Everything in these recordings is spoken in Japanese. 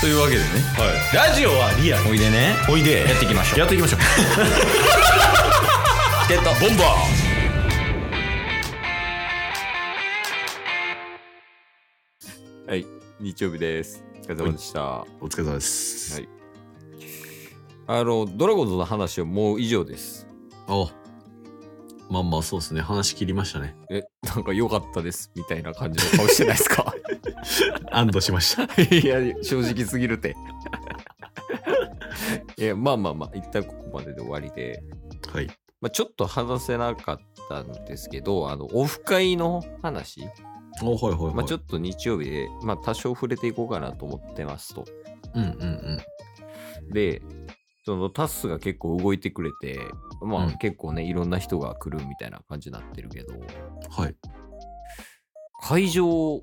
というわけでねラジオはリアルおいでねおいでやっていきましょうやっていきましょうチケットボンバーはい日曜日ですお疲れ様でした、お疲れ様です、はいあのドラゴンズの話はもう以上 ですおまあまあそうですね話切りましたねえなんか良かったですみたいな感じの顔してないですか安堵しました いや正直すぎるて いやまあまあまあ一旦ここまでで終わりではいまあ、ちょっと話せなかったんですけど、あの、オフ会の話、おはいはいはい、まあ、ちょっっと日曜日で、まあ、多少触れていこうかなと思ってますと。とうんうんうんで、そのタッスが結構動いてくれて、まうあん結構ね、いろんな人が来るみたいな感じになってるけど、はい会場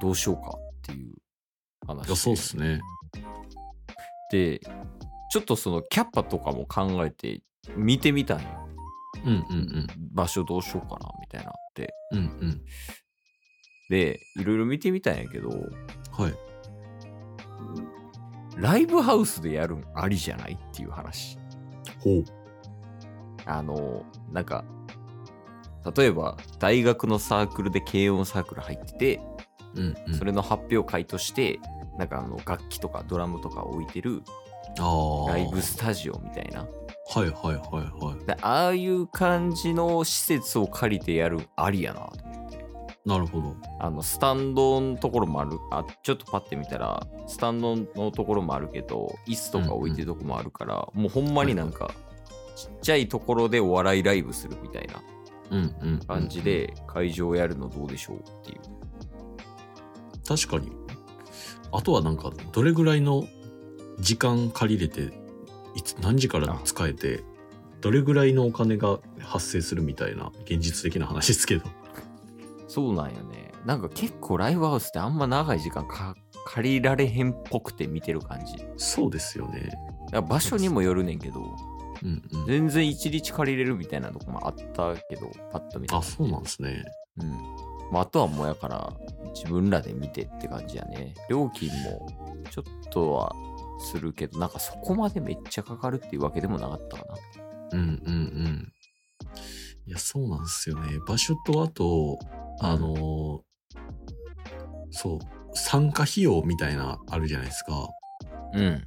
どうしようかっていう話いやそうっすねで、ちょっとそのキャッパとかも考えて見てみたんよ。うんうん場所どうしようかなみたいなって。うんうんうんで、いろいろ見てみたんやけど、はいライブハウスでやるんありじゃないっていう話。ほうあの、なんか、例えば大学のサークルで軽音サークル入ってて、うんうんそれの発表会として、なんかあの楽器とかドラムとかを置いてるああライブスタジオみたいな。はいはいはいはでああいう感じの施設を借りてやるんありやなと思って。いなるほどあの、スタンドのところもある。あ、ちょっとパッて見たら、スタンドのところもあるけど、椅子とか置いてるとこもあるから、もうほんまになんか、ちっちゃいところでお笑いライブするみたいなうんうん、うん、感じで、会場やるのどうでしょうっていう。確かにあとはなんかどれぐらいの時間借りれていつ何時から使えてどれぐらいのお金が発生するみたいな現実的な話ですけどそうなんよね。なんか結構ライブハウスってあんま長い時間か借りられへんっぽくて見てる感じ。だかそうですよねら場所にもよるねんけど、うんうん全然1日借りれるみたいなとこもあったけど、パッと見たあ感じそうなんですねうん。まあ、あとはもうやから、自分らで見てって感じやね。料金もちょっとはするけど、なんかそこまでめっちゃかかるっていうわけでもなかったかな。うんうんうんいやそうなんですよね場所とあとあのーそう参加費用みたいなあるじゃないですかうん。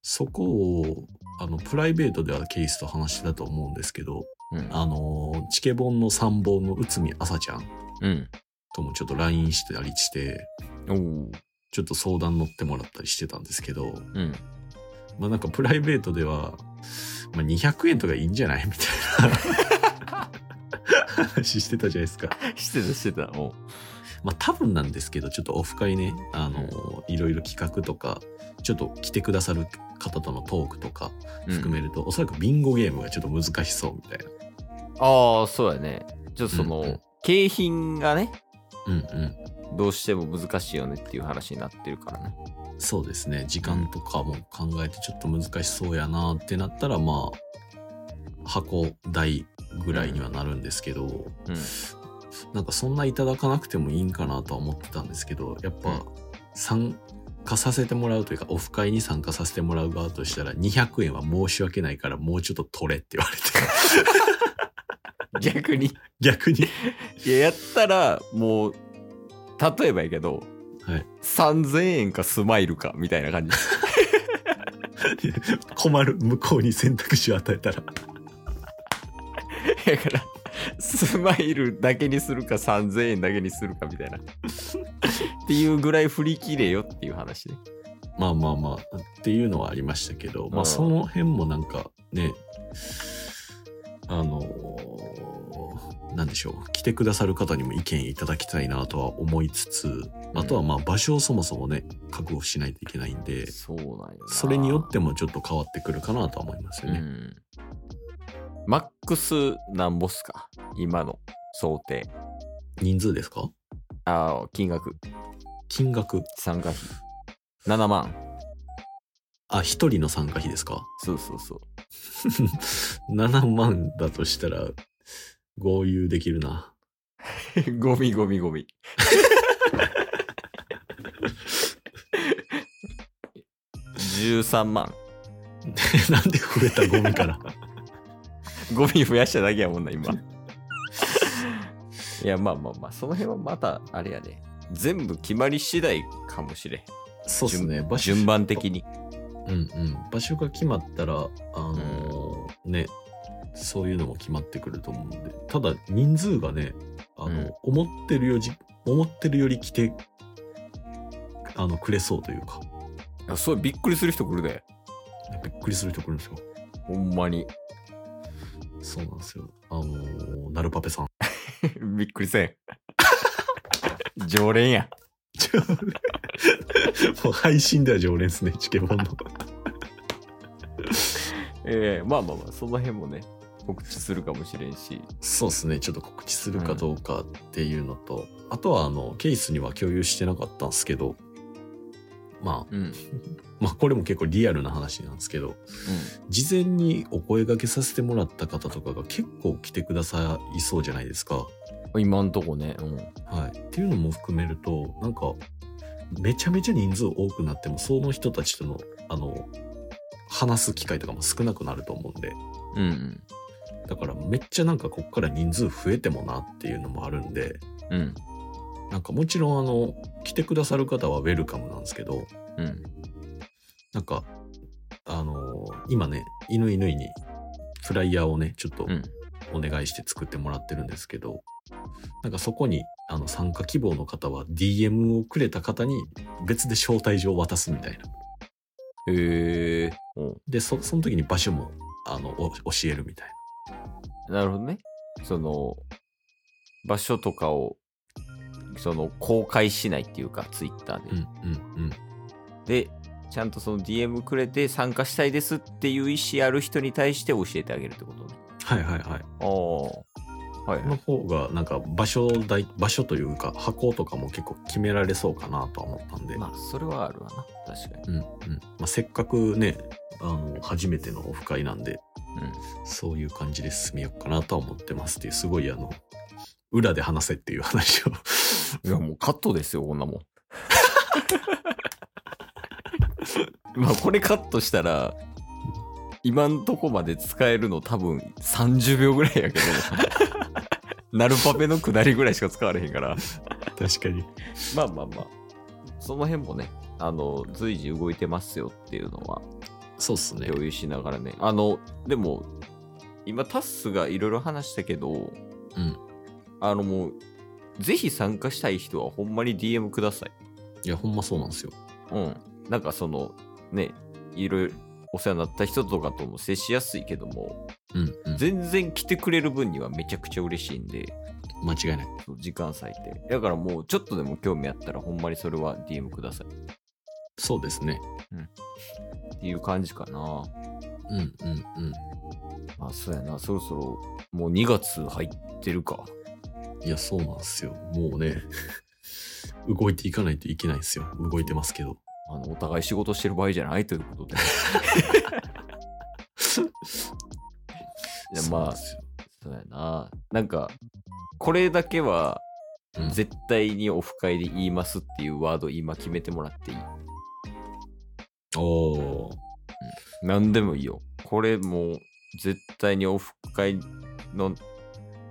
そこをあのプライベートではケイスと話してたと思うんですけどうん。あの、チケボンの参謀の内海朝ちゃんうん。ともちょっと LINE してたりして、おお。ちょっと相談乗ってもらったりしてたんですけど、 うん。まあなんかプライベートでは、まあ200円とかいいんじゃないみ たいな話してたじゃないですか。してたしてた。おうまあ多分なんですけど、ちょっとオフ会ね、あの、いろいろ企画とか、ちょっと来てくださる方とのトークとか含めると、おそらくビンゴゲームがちょっと難しそうみたいな。ああ、そうやね。ちょっとその、うんうん景品がね、うんうん。どうしても難しいよねっていう話になってるからね。そうですね時間とかも考えてちょっと難しそうやなってなったらまあ箱代ぐらいにはなるんですけど、うん。なんかそんないただかなくてもいいんかなとは思ってたんですけどやっうんぱ参加させてもらうというかオフ会に参加させてもらう側としたら200円は申し訳ないからもうちょっと取れって言われて逆に。逆にいや、やったら、もう、例えばやけど、はい3000円かスマイルかみたいな感じ。 困る向こうに選択肢を与えただらから、スマイルだけにするか3000円だけにするかみたいな。っていうぐらい振り切れよっていう話ね。まあまあまあっていうのはありましたけど、まうあんその辺もなんかねあのなんでしょう来てくださる方にも意見いただきたいなとは思いつつあとはまあ場所をそもそもね確保しないといけないんでそうなんよな。それによってもちょっと変わってくるかなとは思いますようね。ん。マックスなんぼっすか今の想定。人数ですかああ、金額。金額参加費。7万。あ一人の参加費ですか そうそうそう。 7万だとしたら合流できるな。 ゴミゴミゴミ。 13万。なんで増えたゴミから。ゴミ増やしただけやもんな、今。いや、まあまあまあ、その辺はまた、あれやね。全部決まり次第かもしれん。そうですね。順場所順番的に。うんうん。場所が決まったら、あのーね、そういうのも決まってくると思うんで。ただ、人数がね、あうの、ん思ってるより、思ってるより来て、あの、くれそうというか、いやそう、びっくりする人来るで。びっくりする人来るんですよ。ほんまに。そうなんですよ。あのー、なるパペさん。 びっくりせん。常連や。もう配信では常連ですね、チケボンの。ええまあまあまあ、その辺もね、告知するかもしれんし。 そうですね、ちょっと告知するかどうかっていうのと、あとはあのケースには共有してなかったんですけど、まうん。あ、まあこれも結構リアルな話なんですけど、事前にお声掛けさせてもらった方とかが結構来てくださいそうじゃないですか。うん、今んとこね。うん。はい。っていうのも含めると、なんか、めちゃめちゃ人数多くなっても、その人たちとの、あの、話す機会とかも少なくなると思うんで、うんだからめっちゃなんかこっから人数増えてもなっていうのもあるんで、うん。うん。なんかもちろんあの来てくださる方はウェルカムなんですけどうん。なんかあのー今ね犬犬にフライヤーをねちょっとうん。お願いして作ってもらってるんですけどなんかそこにあの参加希望の方は DM をくれた方に別で招待状を渡すみたいなええうんでそその時に場所もあのお教えるみたいなるほどね。その、場所とかを、その、公開しないっていうか、ツイッターで。なうんうんで、ちゃんとその DM くれて参加したいですっていう意思ある人に対して教えてあげるってことね。はいはいはいああ。はいはのい。方がなんか場所代場所というか箱とかも結構決められそうかなとは思ったんでまあ、それはあるわな。確かに。うんうんまあ、せっかくねあの初めてのオフ会なんでうん。そういう感じで進めようかなとは思ってますっていうすごいあの裏で話せっていう 話をいや、もうカットですよ、こん なもん。まあ、これカットしたら、今んとこまで使えるの多分30秒ぐらいやけど、ナルパペの下りぐらいしか使われへんから、確かにまあまあまあ、その辺もね、あの、随時動いてますよっていうのはそうっすね共有しながらね、あの、でも、今タッスがいろいろ話したけど、うんあのもう、ぜひ参加したい人はほんまに DM ください。いやほんまそうなんですようん、なんかそのねいろいろお世話になった人とかとも接しやすいけどもうん、うん、全然来てくれる分にはめちゃくちゃ嬉しいんで間違いないその時間割いてだからもうちょっとでも興味あったらほんまにそれは DM くださいそうですねっていう感じかなうんうんうんまあそうやなそろそろもう2月入ってるかいやそうなんですよもうね 動いていかないといけないんですよ動いてますけどあのお互い仕事してる場合じゃないということでいやそうまなんあですよそうやななんかこれだけはうん絶対にオフ会で言いますっていうワード今決めてもらっていいおー何でもいいよ。これもう絶対にオフ会の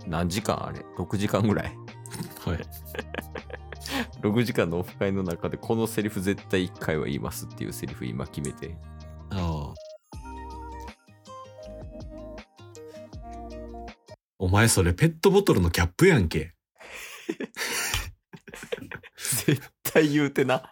何時間あれ ?6 時間ぐらい はい6時間のオフ会の中でこのセリフ絶対1回は言いますっていうセリフ今決めて。ああ。お前それペットボトルのキャップやんけ。絶対言うてな。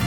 す